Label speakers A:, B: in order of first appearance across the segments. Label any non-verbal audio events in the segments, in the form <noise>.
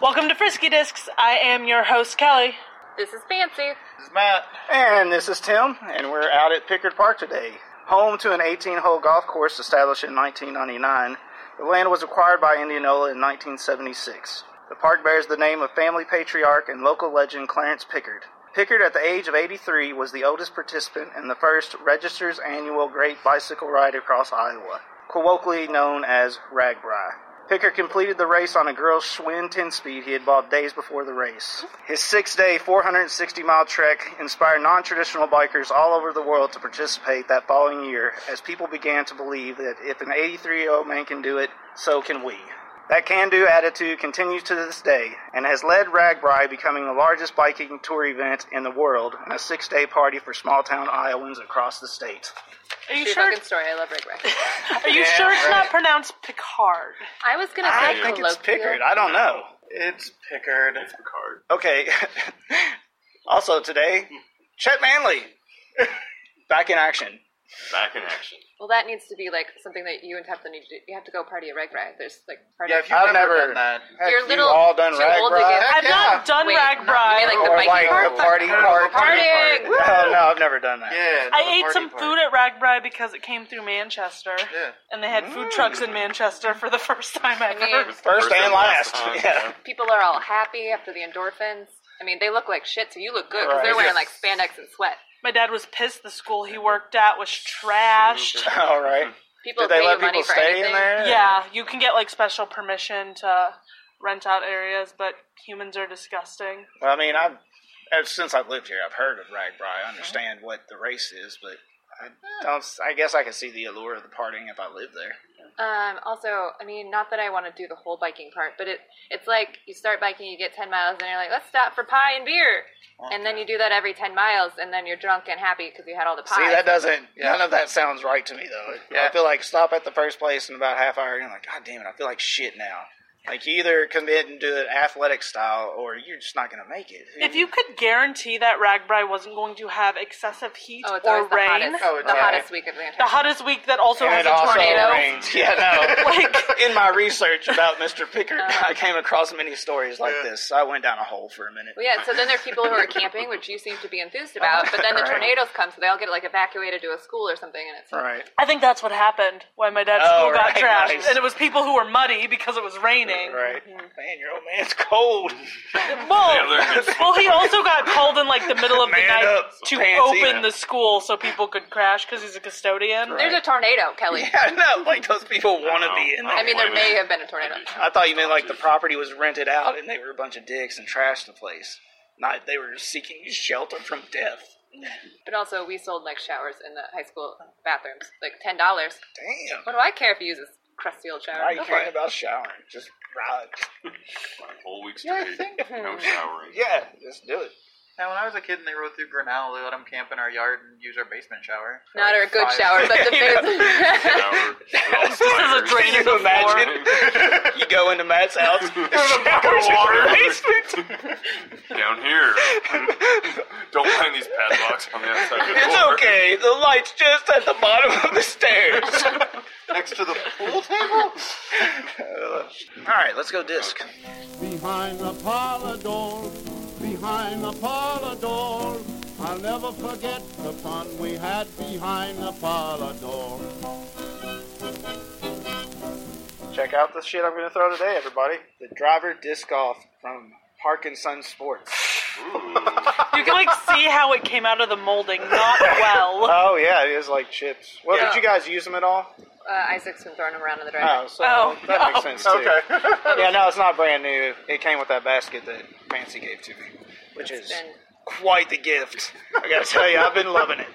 A: Welcome to Frisky Discs. I am your host, Kelly.
B: This is Fancy.
C: This is Matt.
D: And this is Tim, and we're out at Pickard Park today, home to an 18 hole golf course established in 1999. The land was acquired by Indianola in 1976. The park bears the name of family patriarch and local legend Clarence Pickard. Pickard, at the age of 83, was the oldest participant and the first Register's annual Great Bicycle Ride across Iowa, colloquially known as Ragbri. Pickard completed the race on a girl's Schwinn 10 speed he had bought days before the race. His six day, 460 mile trek inspired non traditional bikers all over the world to participate that following year as people began to believe that if an 83 year old man can do it, so can we. That can do attitude continues to this day and has led Ragbri becoming the largest biking tour event in the world and a six day party for small town Iowans across the state.
A: Are you
B: True
A: sure?
B: fucking story. I love Rick Rick.
A: Are you
C: Yeah,
A: sure it's not
C: right.
A: pronounced Picard?
B: I was gonna
D: I
B: say
D: think it's
B: colloquial.
D: Pickard. I don't know.
C: It's Pickard. It's Picard.
D: Okay. <laughs> also today, Chet Manley <laughs> back in action.
C: Back in action.
B: Well, that needs to be like something that you and Teflon need to do. You have to go party at Reg Rag. There's like party.
C: Yeah, if you've
D: I've
C: never,
D: never-
C: done that.
D: Have
B: You're
D: you
B: little-
D: all done
B: too
D: rag
B: old to
D: ride?
B: get-
A: I've
C: yeah.
A: not done
B: Wait,
A: Rag
B: no,
A: Bride.
B: you mean like the
D: or
B: biking
D: like
B: part?
D: a party
C: No, no,
D: part?
C: the party
B: Partying!
C: part.
D: Oh <laughs> no, I've never done that.
C: Yeah.
A: I
C: the
A: ate
C: party
A: some
C: part.
A: food at Ragbri because it came through Manchester,
C: Yeah.
A: and they had food trucks in Manchester for the <laughs> first time ever.
B: mean-
C: It's the
D: First and last.
C: time,
D: <laughs> Yeah.
B: People are all happy after the endorphins. I mean, they look like shit, so you look good because
D: Right.
B: they're wearing like spandex and sweat.
A: My dad was pissed. The school he worked at was trashed.
C: Super.
D: <laughs> all right.
B: People
D: Did they
B: pay
D: let
B: you money
D: people
B: for
D: stay
B: anything.
D: in there?
A: Yeah, you can get like special permission to rent out areas, but humans are disgusting.
D: Well, I mean, I've ever since I've lived here, I've heard of Ragbri. I understand what the race is, but I don't. I guess I can see the allure of the partying if I live there.
B: Um, also, I mean, not that I want to do the whole biking part, but it it's like you start biking, you get ten miles, and you're like, let's stop for pie and beer, and then you do that every ten miles, and then you're drunk and happy because you had all the pie.
D: See, that doesn't. None of that sounds right to me, though. I
C: Yeah.
D: feel like stop at the first place in about half hour, and you're like, God damn it, I feel like shit now. Like you either commit and do it athletic style, or you're just not gonna make it.
A: If you could guarantee that Ragbri wasn't going to have excessive heat
B: oh, it's
A: or
B: always the
A: rain,
B: hottest,
C: Oh, it's
B: the
C: alright.
B: hottest week of the
A: the
B: entire.
A: hottest week that also has
D: and it
A: a
D: also
A: tornado.
D: rains. <laughs> Yeah,
A: <laughs>
D: no.
A: Like-
D: in my research about Mr. Pickard,
B: Uh.
D: I came across many stories like
C: Yeah.
D: this. I went down a hole for a minute.
B: Well, yeah, so then there are people who are camping, which you seem to be enthused about, but then the
D: <laughs> Right.
B: tornadoes come, so they all get like evacuated to a school or something, and it's
D: All right.
A: I think that's what happened why my dad's
D: Oh,
A: school got
D: right,
A: trashed.
D: nice.
A: And it was people who were muddy because it was raining.
D: Right. Man, your old man's cold.
A: Well, well, he also got called in like the middle of the
D: Man
A: night
D: up,
A: to
D: Pansy.
A: open the school so people could crash because he's a custodian.
B: there's a tornado, Kelly.
D: <laughs> yeah, no, like those people want to be in there.
B: I mean, there may have been a tornado.
D: I thought you meant like the property was rented out and they were a bunch of dicks and trashed the place. Not they were seeking shelter from death.
B: But also, we sold like showers in the high school bathrooms, like ten dollars.
D: Damn.
B: What do I care if you use this crusty old shower?
D: Why are you
B: Go for
D: caring
B: it.
D: about showering? Just ride.
E: a whole week
D: Yeah, I
E: straight.
D: think-
B: Hmm.
E: no showering.
D: Yeah, just do it.
C: Now, when I was a kid and they rode through Grinnell, they let them camp in our yard and use our basement shower. for
B: Not
C: like
B: a good
C: five-
B: shower, but the
D: <laughs>
B: big.
E: Shower. We're all
A: This is a
E: spiders.
A: drain in
D: Can you
A: the floor.
D: imagine? <laughs> You go into Matt's house.
E: There's a bucket of water.
D: basement.
E: Down here. Don't mind these padlocks on the outside of the
D: It's
E: door.
D: okay. The light's just at the bottom of the stairs.
C: Next to the pool table?
D: <laughs> All right, let's go disc.
F: behind the parlor door, behind the parlor door. I'll never forget the fun we had behind the parlor door.
D: Check out the shit I'm going to throw today, everybody. The driver disc golf from Park and Sun Sports.
A: You can like see how it came out of the molding,
D: <laughs>
A: not well.
D: Oh yeah, it is like chips. Well,
C: Yeah.
D: did you guys use them at all?
B: uh, Isaac's been throwing them around in the driveway.
D: Oh, so
A: Oh,
D: that
A: no.
D: makes <laughs> sense too.
C: Okay.
B: <laughs>
D: Yeah, no, it's not brand new. It came with that basket that Fancy gave to me, which is
B: been-
D: quite the gift. I gotta tell you, I've been loving it.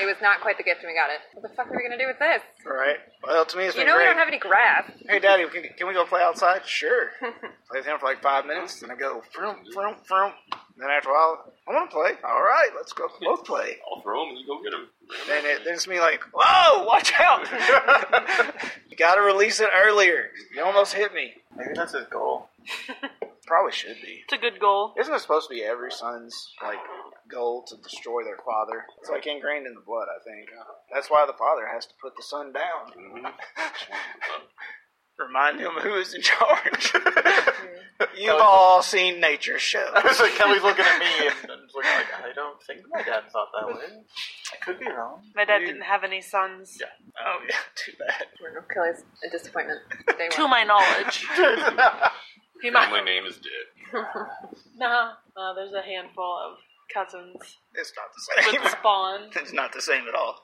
B: It was not quite the gift when we got it. What the fuck are we gonna do with this?
D: <laughs> All right. Well, to me, it's
B: You
D: been
B: know we
D: great.
B: don't have any grass.
D: Hey, Daddy, can, can we go play outside?
B: <laughs>
D: Sure. play with him for like five minutes, then I go, vroom, vroom, vroom. Then after a while, I want to play. All right, let's go both play.
E: I'll throw them and you go get them.
D: Then, it, then it's me like, whoa, watch <laughs> out. you got to release it earlier. You almost hit me.
C: <laughs> Maybe that's his goal. <laughs>
D: Probably should be.
A: It's a good goal.
D: Isn't it supposed to be every son's like goal to destroy their father? It's like ingrained in the blood, I think. That's why the father has to put the son down. Mm-hmm. <laughs> Remind him who is in charge. <laughs> You've all seen nature <laughs> shows.
C: so Kelly's looking at me
D: <laughs>
C: and, and looking like, I don't think my dad thought that way. I could be wrong.
A: My dad
C: <laughs>
A: didn't have any sons,
C: Yeah.
D: Oh yeah, too bad.
B: Kelly's a disappointment. They
A: to
B: won.
A: my <laughs> knowledge. he
E: Family
A: might.
E: name is dead.
A: No, no, there's a handful of cousins
D: <laughs> It's not the <laughs>
A: with
D: same.
A: spawn.
D: it's not the same at all.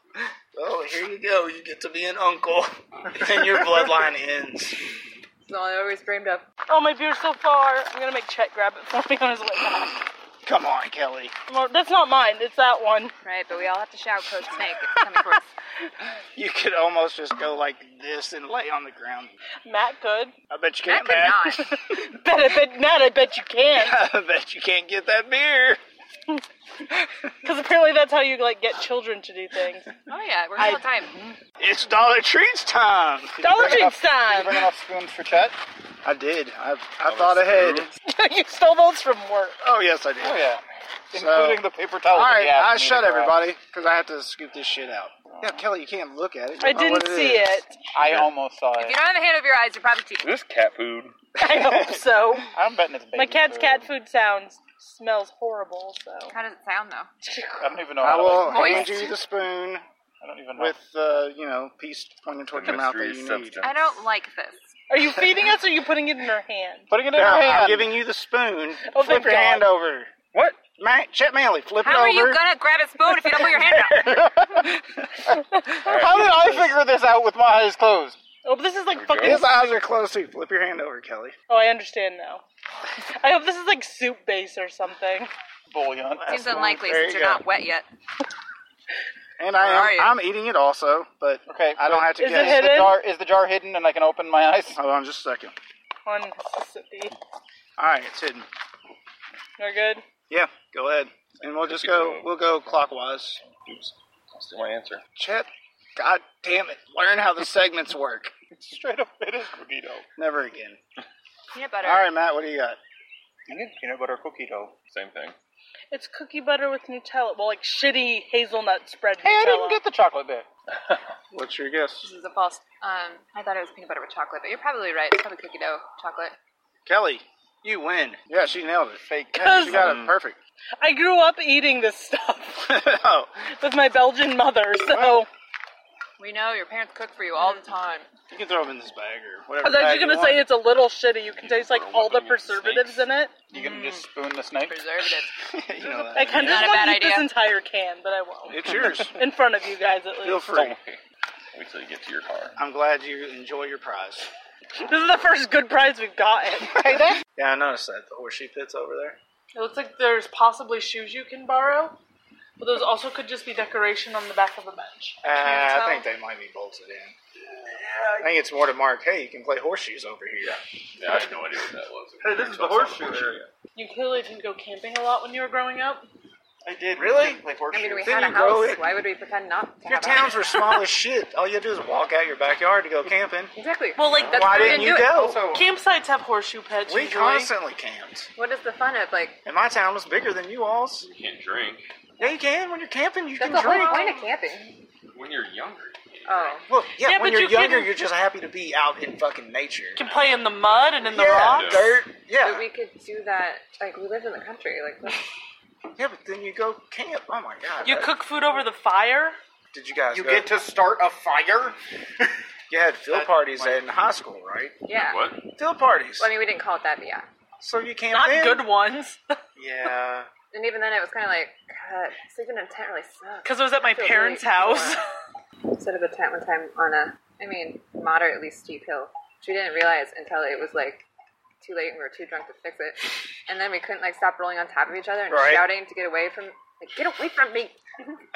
D: Oh, here you go. You get to be an uncle, <laughs> and your bloodline ends.
B: It's all I always dreamed of.
A: Oh, my beer's so far. I'm gonna make Chet grab it for me on his way back.
D: Come on, Kelly.
A: Well, that's not mine. It's that one.
B: Right, but we all have to shout Code Snake. It's <laughs> coming for us.
D: You could almost just go like this and lay on the ground.
A: Matt could.
D: I bet you
B: I
D: can't.
B: could
D: Matt.
A: <laughs>
B: not.
A: Bet I bet Matt. I bet you can.
D: <laughs> I bet you can't get that beer.
A: Because apparently that's how you like get children to do things. <laughs>
B: Oh yeah, we're all the time.
D: It's Dollar Treats time.
A: Dollar Tree's time.
D: enough spoons for Chet? I did. I, I thought ahead.
E: spoons?
A: you stole those from work.
D: Oh yes, I did. Oh
C: yeah.
D: Including
C: the paper towel.
D: All right, I shut everybody because I have to scoop this shit out. Yeah, Kelly, you can't look at it. You
A: I
D: don't know
A: didn't
D: what
A: see
D: is.
A: it.
C: I almost saw
B: If you don't have a hand over your eyes, you're probably cheating.
E: Is this cat food?
C: <laughs>
A: I hope so.
C: I'm betting it's baby
A: My cat's cat food sounds smells horrible. So
B: How does it sound though?
C: I don't even know
D: I
C: how
D: will
C: to,
B: Moist.
D: hand you the spoon
C: I don't even know.
D: with uh, you know piece pointing towards
E: The
D: your mouth that
E: mystery
D: you need.
E: substance.
B: I don't like this.
A: are you feeding us? or Are you putting it in her hand?
C: Putting it in
D: Now,
A: <laughs>
D: I'm
C: her hand.
D: giving you the spoon.
A: Oh,
D: flip
A: thank
D: your
A: God.
D: hand over.
E: What?
D: Ma- Chet Manley, flip
B: How are
D: it
B: you
D: over.
B: gonna grab a spoon if you don't put your hand
D: <laughs>
B: out?
C: How did I figure this out with my eyes closed?
A: Oh, but this is like
E: we
A: fucking.
D: His eyes are closed too. Flip your hand over, Kelly.
A: Oh, I understand now. I hope this is like soup base or something.
C: Bullion.
B: Seems
D: one.
B: unlikely
D: There
B: since
D: you
B: you're
D: go.
B: not wet yet.
D: And
B: Where are
D: I
B: you?
D: am. I'm eating it also, but
C: Okay,
D: I don't
C: but
D: have to
A: is
D: guess.
A: it hidden?
C: The jar, is the jar hidden and I can open my eyes?
D: Hold on, just a second.
A: On Mississippi,
D: All right, it's hidden.
A: we're good.
D: Yeah, go ahead, and we'll just go. We'll go clockwise.
E: Oops. That's still my answer.
D: Chet, god damn it, learn
C: <laughs>
D: how the segments work.
C: Straight up, it is cookie dough.
D: Never again.
B: Peanut butter.
D: All right, Matt, what do you got?
C: I need peanut butter cookie dough.
E: Same thing.
A: It's cookie butter with Nutella. Well, like shitty hazelnut spread
C: Hey,
A: Nutella.
C: I didn't get the chocolate bit.
D: What's your guess?
B: This is a false. Um, I thought it was peanut butter with chocolate, but you're probably right. It's probably cookie dough chocolate.
D: Kelly, you win. Yeah, she nailed it.
C: Fake.
D: Yeah, she got it
A: Mm.
E: Cousin.
D: perfect.
A: I grew up eating this stuff
D: <laughs> oh,
A: with my Belgian mother, so
B: We know your parents cook for you all the time.
D: you can throw them in this bag or whatever.
A: I thought
D: bag
A: you were gonna
D: want.
A: say it's a little shitty. You can taste like all the
E: Snakes.
A: preservatives in it.
C: You can just
B: Mm.
C: spoon the snake.
B: Preservatives.
D: you know
A: I
D: that.
A: kind of
B: Not
A: just
B: a
A: want
B: bad
A: to eat this
B: idea.
A: entire can, but I won't.
D: It's
C: <laughs>
D: yours.
A: In front of you guys, at
D: Feel
A: least.
D: free.
E: Wait till you get to your car.
D: I'm glad you enjoy your prize.
A: This is the first good prize we've gotten.
D: <laughs> Yeah, I noticed that the horseshoe pits over there.
A: It looks like there's possibly shoes you can borrow, but those also could just be decoration on the back of a bench.
D: Uh, I think they might be bolted in. I think it's more to mark. Hey, you can play horseshoes over here.
E: Yeah, I had no idea what that was.
C: Hey, this is the horseshoe area.
A: You clearly didn't go camping a lot when you were growing up.
C: I did.
D: Really?
C: Like horseshoe.
B: I mean, we
D: Then
B: had a
D: you grow
B: house.
D: it.
B: Why would we pretend not to
D: Your
B: have a
D: towns
B: house?
D: were small as shit. All you had to do is walk out your backyard to go camping.
B: <laughs> Exactly.
A: Well, like,
B: That's
D: Why
B: we
D: didn't you
B: do it.
D: go?
C: also,
A: Campsites have horseshoe pits.
D: we
A: usually.
D: constantly camped.
B: What is the fun of like?
D: And my town was bigger than you all's.
E: You can't drink.
D: Yeah, you can. When you're camping, you
B: That's the
D: can
B: whole
D: drink.
B: point of camping.
E: When you're younger, you can't
B: Oh,
D: Well, yeah,
A: Yeah,
D: when
A: but you
D: you're younger,
A: can-
D: you're just happy to be out in fucking nature.
A: You can play in the mud and in the
D: yeah,
A: rocks.
D: dirt. Yeah.
B: but we could do that. Like we lived in the country. Like
D: <laughs>
B: that's-
D: yeah, but then you go camp. Oh my god.
A: You
D: that-
A: cook food over the fire.
D: Did you guys?
C: you
D: go-
C: get to start a fire?
D: You had field
C: That-
D: parties in high school, right?
B: yeah.
E: What?
D: Field parties.
B: Well, I mean, we didn't call it that, but yeah.
D: so you camped
A: Not
D: in.
A: good ones. <laughs>
D: Yeah.
B: And even then, it was kind of like, God, sleeping in a tent really sucks.
A: Because I was at my
B: Feel
A: parents'
B: really
A: house. <laughs>
B: Set up a tent one time on a, I mean, moderately steep hill, which we didn't realize until it was like too late and we were too drunk to fix it. And then we couldn't like stop rolling on top of each other and
D: Right.
B: shouting to get away from, like, get away from me.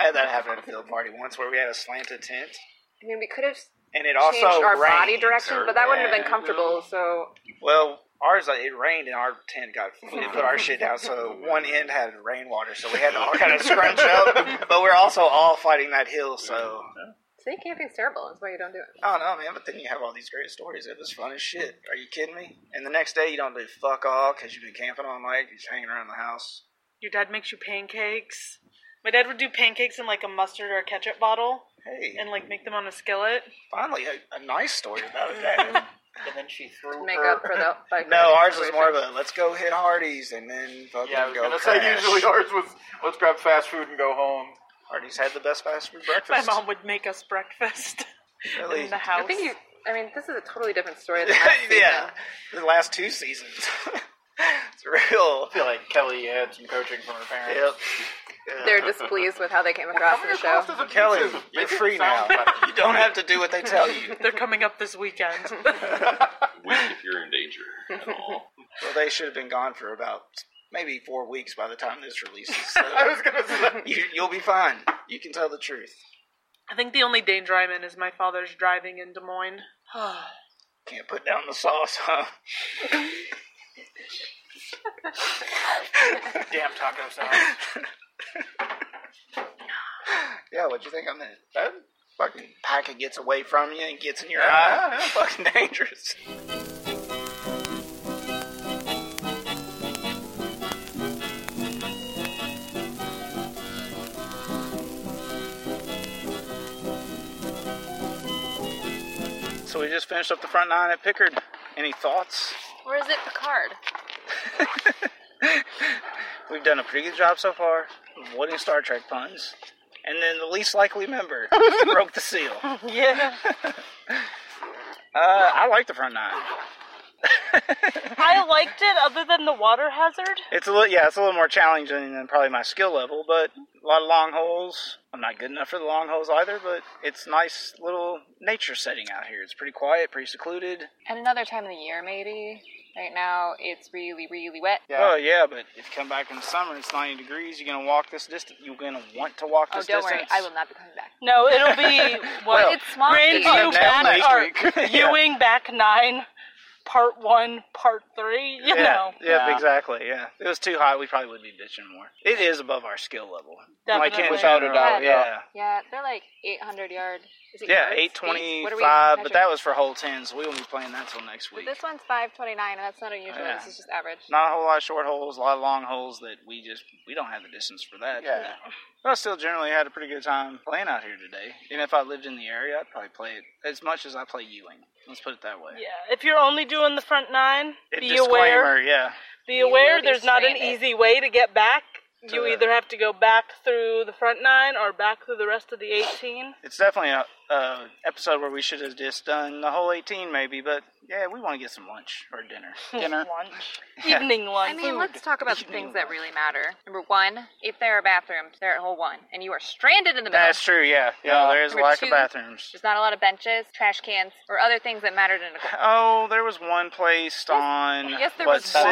D: I had that happen at a field party once where we had a slanted tent.
B: I mean, we could have
D: And it also
B: changed our
D: rained.
B: body direction, but that wouldn't have been
D: Yeah.
B: comfortable. So
D: Well, ours like, it rained and our tent <laughs> got we put our shit down, so one end had rainwater, so we had to <laughs> all kind of scrunch up. But we're also all fighting that hill, so
B: city camping's terrible. That's why you don't do it.
D: I don't know, man. But then you have all these great stories. It was fun as shit. Are you kidding me? And the next day you don't do fuck all because you've been camping all night, you're just hanging around the house.
A: Your dad makes you pancakes. My dad would do pancakes in like a mustard or a ketchup bottle
D: Hey,
A: and like make them on a skillet.
D: finally a, a nice story about that.
C: and then she threw
B: Make
C: her.
B: up for the
C: <laughs>
B: bike
D: Uh, No,
B: riding
D: ours was
B: situation.
D: more of a let's go hit Hardee's and then fucking
C: Yeah, I was
D: go.
C: gonna say
D: crash.
C: usually ours was let's grab fast food and go home.
D: <laughs> Hardee's had the best fast food
A: My
D: breakfast.
A: mom would make us breakfast
D: <laughs>
A: <laughs>
D: Really.
A: in
D: <laughs>
A: the
B: I
A: house.
B: think you. I mean, this is a totally different story than last
D: yeah, the last two seasons. <laughs> it's real.
C: I feel like Kelly had some coaching from her parents.
D: Yep.
B: season. They're displeased with how they came across in the show.
C: This is a
D: Kelly,
C: pizza.
D: you're
C: Make it
D: free now.
C: sound better.
D: You don't have to do what they tell you.
A: They're coming up this
D: <laughs>
A: weekend.
E: Wink if you're in danger at all.
D: Well, they should have been gone for about maybe four weeks by the time this <laughs> releases. So
C: I was gonna say.
D: you, you'll be fine. You can tell the truth.
A: I think the only danger I'm in is my father's driving in Des Moines.
D: Can't put down the sauce, huh?
C: Damn taco sauce.
D: <laughs> Yeah, what'd you think on that? That fucking packet gets away from you and gets in your eye. <laughs> That's fucking dangerous. So we just finished up the front nine at Pickard. Any thoughts?
B: Or is it Picard?
D: We've done a pretty good job so far of avoiding Star Trek puns. And then the least likely member <laughs> broke
B: <laughs>
D: the seal. Uh, <laughs>
A: Yeah.
D: I like the front nine.
A: I liked it other than the water hazard.
D: It's a little, yeah, it's a little more challenging than probably my skill level, but a lot of long holes. I'm not good enough for the long holes either, but it's nice little nature setting out here. It's pretty quiet, pretty secluded.
B: At another time of the year, maybe. Right now, it's really, really wet.
D: Oh yeah, but if you come back in the summer, it's 90 degrees. You're gonna walk this distance. You're gonna want to walk
B: Oh,
D: this
B: don't
D: distance.
B: worry, I will not be coming back.
A: No, it'll
D: <laughs>
A: be what
D: Well,
B: it's swampy.
A: Grandview
D: It's not
A: back
D: now,
A: or
D: next week.
B: <laughs>
D: Yeah.
A: Ewing back nine, part one, part three.
B: <laughs>
A: You
D: yeah,
A: know,
D: yeah,
C: Yeah.
D: exactly. Yeah, if it was too hot. We probably would be bitching more. It is above our skill level. Like
A: Definitely.
D: in
A: Without
C: a
D: general,
C: doubt,
D: Yeah,
B: Yeah, they're like 800 yard. Is it
D: yeah,
B: yards?
D: eight
B: Feet? What are we
D: twenty-five. But
B: measuring?
D: that was for whole tens. We won't be playing that till next week.
B: But this one's 529, and that's not unusual.
D: Oh, Yeah.
B: This is just average.
D: Not a whole lot of short holes, a lot of long holes that we just we don't have the distance for that.
C: Yeah.
D: But I still generally had a pretty good time playing out here today. And if I lived in the area, I'd probably play it as much as I play Ewing. Let's put it that way.
A: yeah. If you're only doing the front nine,
D: It-
A: be
D: disclaimer,
A: aware.
D: yeah.
A: Be
B: You will
A: aware.
B: be
A: There's not an
B: stranded.
A: easy way to get back.
D: To
A: You
D: the-
A: either have to go back through the front nine or back through the rest of the 18.
D: It's definitely a, a episode where we should have just done the whole 18 maybe, but yeah, we want to get some lunch
A: <laughs>
D: or dinner. Dinner.
A: Lunch, evening lunch.
B: I mean, let's talk about
D: <laughs>
B: the
D: Evening
B: things that really matter. Number one, if there are bathrooms, they're at hole one, and you are stranded in the middle.
D: That's true, yeah. Yeah,
C: Yeah.
D: there is a
B: Number
D: lack
B: two.
D: of bathrooms.
B: There's not a lot of benches, trash cans, or other things that mattered in
D: <laughs>
B: a.
D: Oh, there was one placed on.
B: yes, there
D: what,
B: was
D: six?
B: one.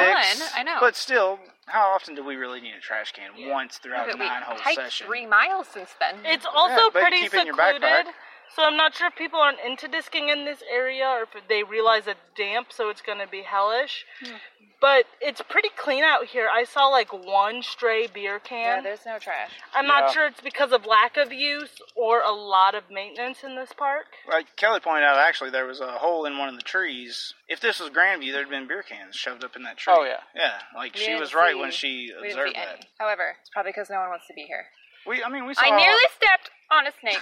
B: I know.
D: But still, how often do we really need a trash can? Once throughout
B: But
D: a
B: we
D: nine-hole
B: hiked
D: session.
B: three miles since then.
A: It's also
D: Yeah, but
A: pretty
D: keep it in your
A: secluded.
D: backpack.
A: So I'm not sure if people aren't into disking in this area or if they realize it's damp, so it's going to be hellish.
B: Hmm.
A: But it's pretty clean out here. I saw like one stray beer
B: yeah,
A: can.
B: there's no trash.
A: I'm
C: Yeah.
A: not sure it's because of lack of use or a lot of maintenance in this park.
D: Like Kelly pointed out, actually, there was a hole in one of the trees. If this was Grandview, there'd been beer cans shoved up in that tree.
C: Oh, yeah.
D: yeah. Like
B: We
D: she
B: didn't
D: was right
B: see-
D: when
B: We
D: she
B: didn't see
D: observed
B: any.
D: that.
B: However, it's probably because no one wants to be here.
D: We, I mean, we saw.
B: I nearly stepped on a <laughs> snake.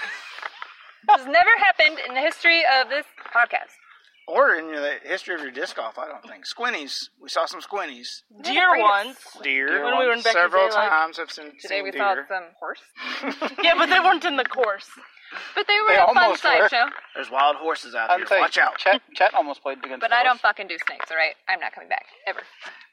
B: this has never happened in the history of this podcast.
D: or in the history of your disc golf, I don't think squinnies. We saw some squinnies,
A: Deer
B: afraid of-
A: ones.
D: deer.
A: When we were in Becky's
D: several
A: Bay, like,
D: times, I've seen,
B: Today
D: seen
B: we saw
D: deer.
B: some horse,
A: Yeah, but they weren't in the course.
B: <laughs> but they were
C: They
B: a fun
C: almost were.
B: sideshow.
D: There's wild horses out
C: I'm
D: here.
C: saying,
D: Watch out. <laughs>
C: Chet, Chet almost played against.
B: But I don't fucking do snakes. All right, I'm not coming back ever.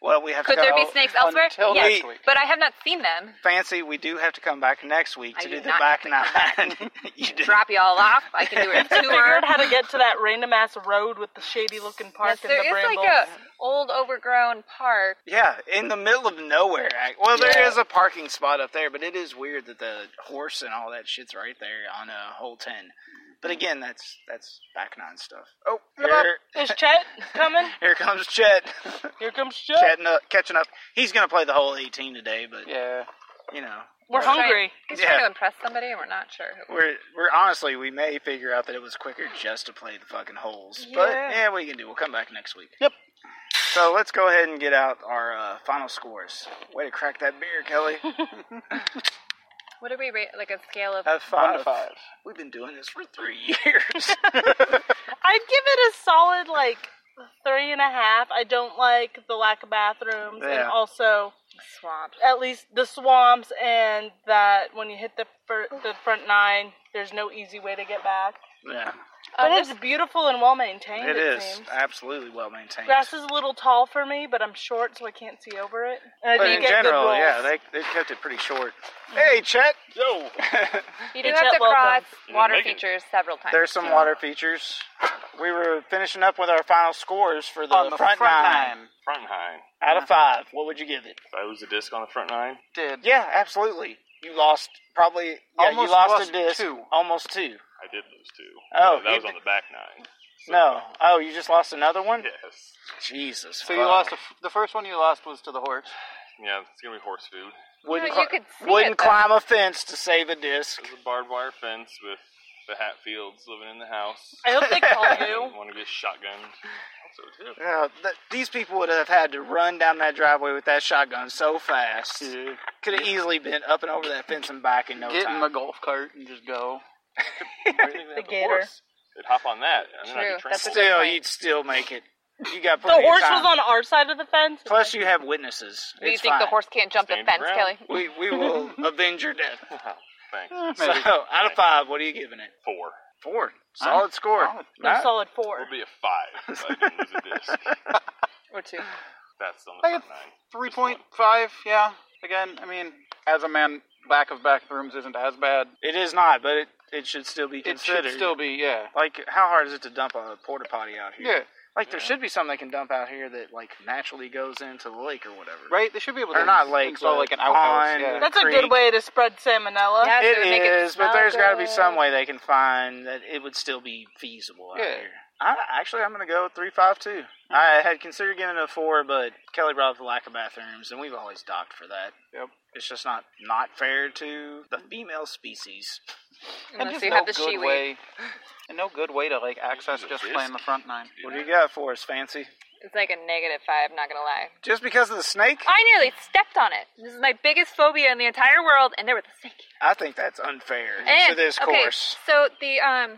D: Well, we have
B: Could
D: to
B: there be
D: go-
B: snakes elsewhere?
C: until
B: yes,
C: next week.
B: but I have not seen them.
D: <laughs> fancy, we do have to come back next week
B: I
D: to
B: do
D: do the
B: not
D: back
B: have
D: nine. <laughs> you did.
B: Drop y'all off. I can do a
A: Figured
B: tour.
A: how to get to that random ass road with the shady looking park
B: Yes,
A: and
B: there
A: the
B: is
A: brambles.
B: like a old overgrown park.
D: Yeah, in the middle of nowhere. ac- Well, there is a parking spot up there, but it is weird that the horse and all that shit's right there on a hole ten. But again, that's that's back nine stuff. Oh, here,
A: Is Chet
D: <laughs>
A: coming?
D: here comes Chet. <laughs>
A: Here comes Chet.
D: Chatting up, catching up. He's gonna play the whole eighteen today, but
C: Yeah.
D: you know,
A: We're
B: He's trying-
A: hungry.
B: He's
D: Yeah.
B: trying to impress somebody, and we're not sure who.
D: we're we're honestly we may figure out that it was quicker just to play the fucking holes. But
A: Yeah.
D: yeah, we can do. We'll come back next week.
C: Yep.
D: So let's go ahead and get out our uh, final scores. Way to crack that beer, Kelly.
B: What do we rate? Like a scale of?
D: Have fun.
C: Five to five.
D: <laughs> We've been doing this for three years.
A: I'd give it a solid like three and a half. I don't like the lack of bathrooms, and
D: Yeah.
A: also
B: Swamped.
A: at least the swamps, and that when you hit the fir- the front nine, there's no easy way to get back.
D: Yeah,
A: But
B: Um,
A: it's beautiful and well maintained. It,
D: it is
A: Seems.
D: absolutely well maintained.
A: Grass is a little tall for me, but I'm short, so I can't see over it. And I
D: but
A: Uh, do
D: in
A: get good
D: general,
A: rolls.
D: yeah, they they kept it pretty short. Hey, Chet.
E: Yo.
B: You do
A: It's
B: have
A: at
B: to cross
A: welcome.
E: You
B: water
E: make it.
B: features several times.
D: There's some water features. We were finishing up with our final scores for the,
C: On the front
D: nine. Uh-huh.
C: nine.
E: <laughs> Front nine.
D: Out of five, what would you give it?
E: If I lose a disc on the front nine,
C: Did
D: Yeah, absolutely. You lost probably. Yeah,
C: Almost
D: you lost,
C: lost
D: a disc.
C: two.
D: Almost two.
E: I did lose two.
D: Oh,
E: that
D: you
E: was on
D: did-
E: the back nine.
D: No. Oh, you just lost another one.
E: Yes.
D: Jesus.
C: So you
D: fuck.
C: lost the f- the first one you lost was to the horse.
E: Yeah, it's gonna be horse food.
D: Wouldn't,
B: No, you
D: cli-
B: could see
D: wouldn't
B: it, though.
D: climb a fence to save a disc.
E: There's a barbed wire fence with the Hatfields living in the house.
A: I hope they
D: <laughs>
A: call you.
E: Want to get shotgun? So too.
D: Yeah, th- these people would have had to run down that driveway with that <laughs> shotgun so fast. Could have easily been up and over that fence and back in no
C: Get in
D: time.
C: my golf cart and just <laughs> go.
A: The gator.
E: They'd hop on that, and then I'd be
B: True, that's a good-
E: trampled.
D: still,
B: point.
D: you'd still make it. You got
A: The
D: plenty
A: horse
D: of time.
A: was on our side of the fence.
D: Plus, you have witnesses.
B: Do you
D: It's
B: think the
D: fine.
B: horse can't jump
E: Stand
B: the fence,
E: around.
B: Kelly?
D: We we <laughs> will avenge your
E: <laughs>
D: death.
E: Oh, Thanks.
D: So, <laughs> out of five, what are you giving it?
E: Four.
D: Four. Solid score.
C: solid.
A: No
D: Not-
A: solid four.
E: It'll be a five if I didn't lose a disc.
B: <laughs> Or two.
E: That's on the
C: I
E: front
C: got
E: nine.
C: Three point five. Yeah. Again, I mean, as a man, lack of bathrooms isn't as bad.
D: It is not, but it, it should still be
C: It
D: considered.
C: should still be. Yeah.
D: Like, how hard is it to dump a porta potty out here?
C: Yeah.
D: Like, there should be something they can dump out here that like naturally goes into the lake or whatever.
C: Right. They should be able to.
D: Or not lake,
C: install
D: but
C: like an outhouse.
D: pond.
C: Yeah.
A: That's a
D: Creek.
A: good way to spread salmonella.
B: Yeah.
D: It
B: to make it
D: is, but
B: smell
D: there's got to be
B: good.
D: some way they can find that it would still be feasible out
C: Yeah. Hmm.
D: here. I, actually, I'm going to go three five two. I had considered giving it a four, but Kelly brought up the lack of bathrooms, and we've always docked for that.
C: Yep.
D: It's just not not fair to the female species.
B: <laughs>
C: And
B: Unless
C: just
B: you
C: no
B: have the
C: good
B: shiwi.
C: way. And no good way to like access
E: Use a
C: just
E: disc.
C: playing the front nine.
D: What do you got for us, Fancy?
B: It's like a negative five, not gonna lie.
D: Just because of the snake?
B: I nearly stepped on it. This is my biggest phobia in the entire world, and there was a snake.
D: I think that's unfair
B: And,
D: to this
B: okay,
D: course.
B: So the um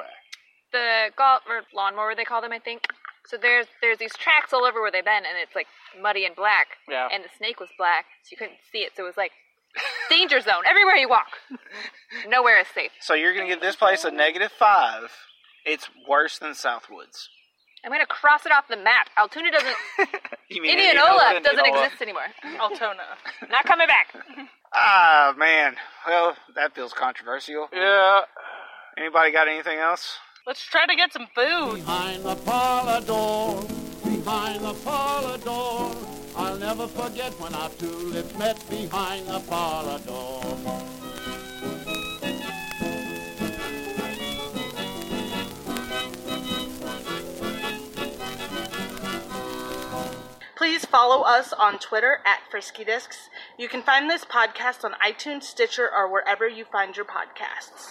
B: the golf or lawnmower they call them, I think. So there's there's these tracks all over where they've been, and it's like muddy and black.
C: Yeah.
B: And the snake was black, so you couldn't see it. So it was like danger zone everywhere you walk. Nowhere is safe.
D: So you're going to give this place a negative five. It's worse than Southwoods.
B: I'm gonna cross it off the map. Altoona doesn't.
D: You mean
B: Indianola
C: Indianola,
B: doesn't
C: Indianola.
B: exist anymore.
A: Altona.
B: Not coming back.
D: Ah, man. Well, that feels controversial.
C: Yeah.
D: Anybody got anything else?
A: Let's try to get some food.
F: Behind the parlor door, behind the parlor door, I'll never forget when our two lips met behind the parlor door.
A: Please follow us on Twitter at Frisky Discs. You can find this podcast on iTunes, Stitcher, or wherever you find your podcasts.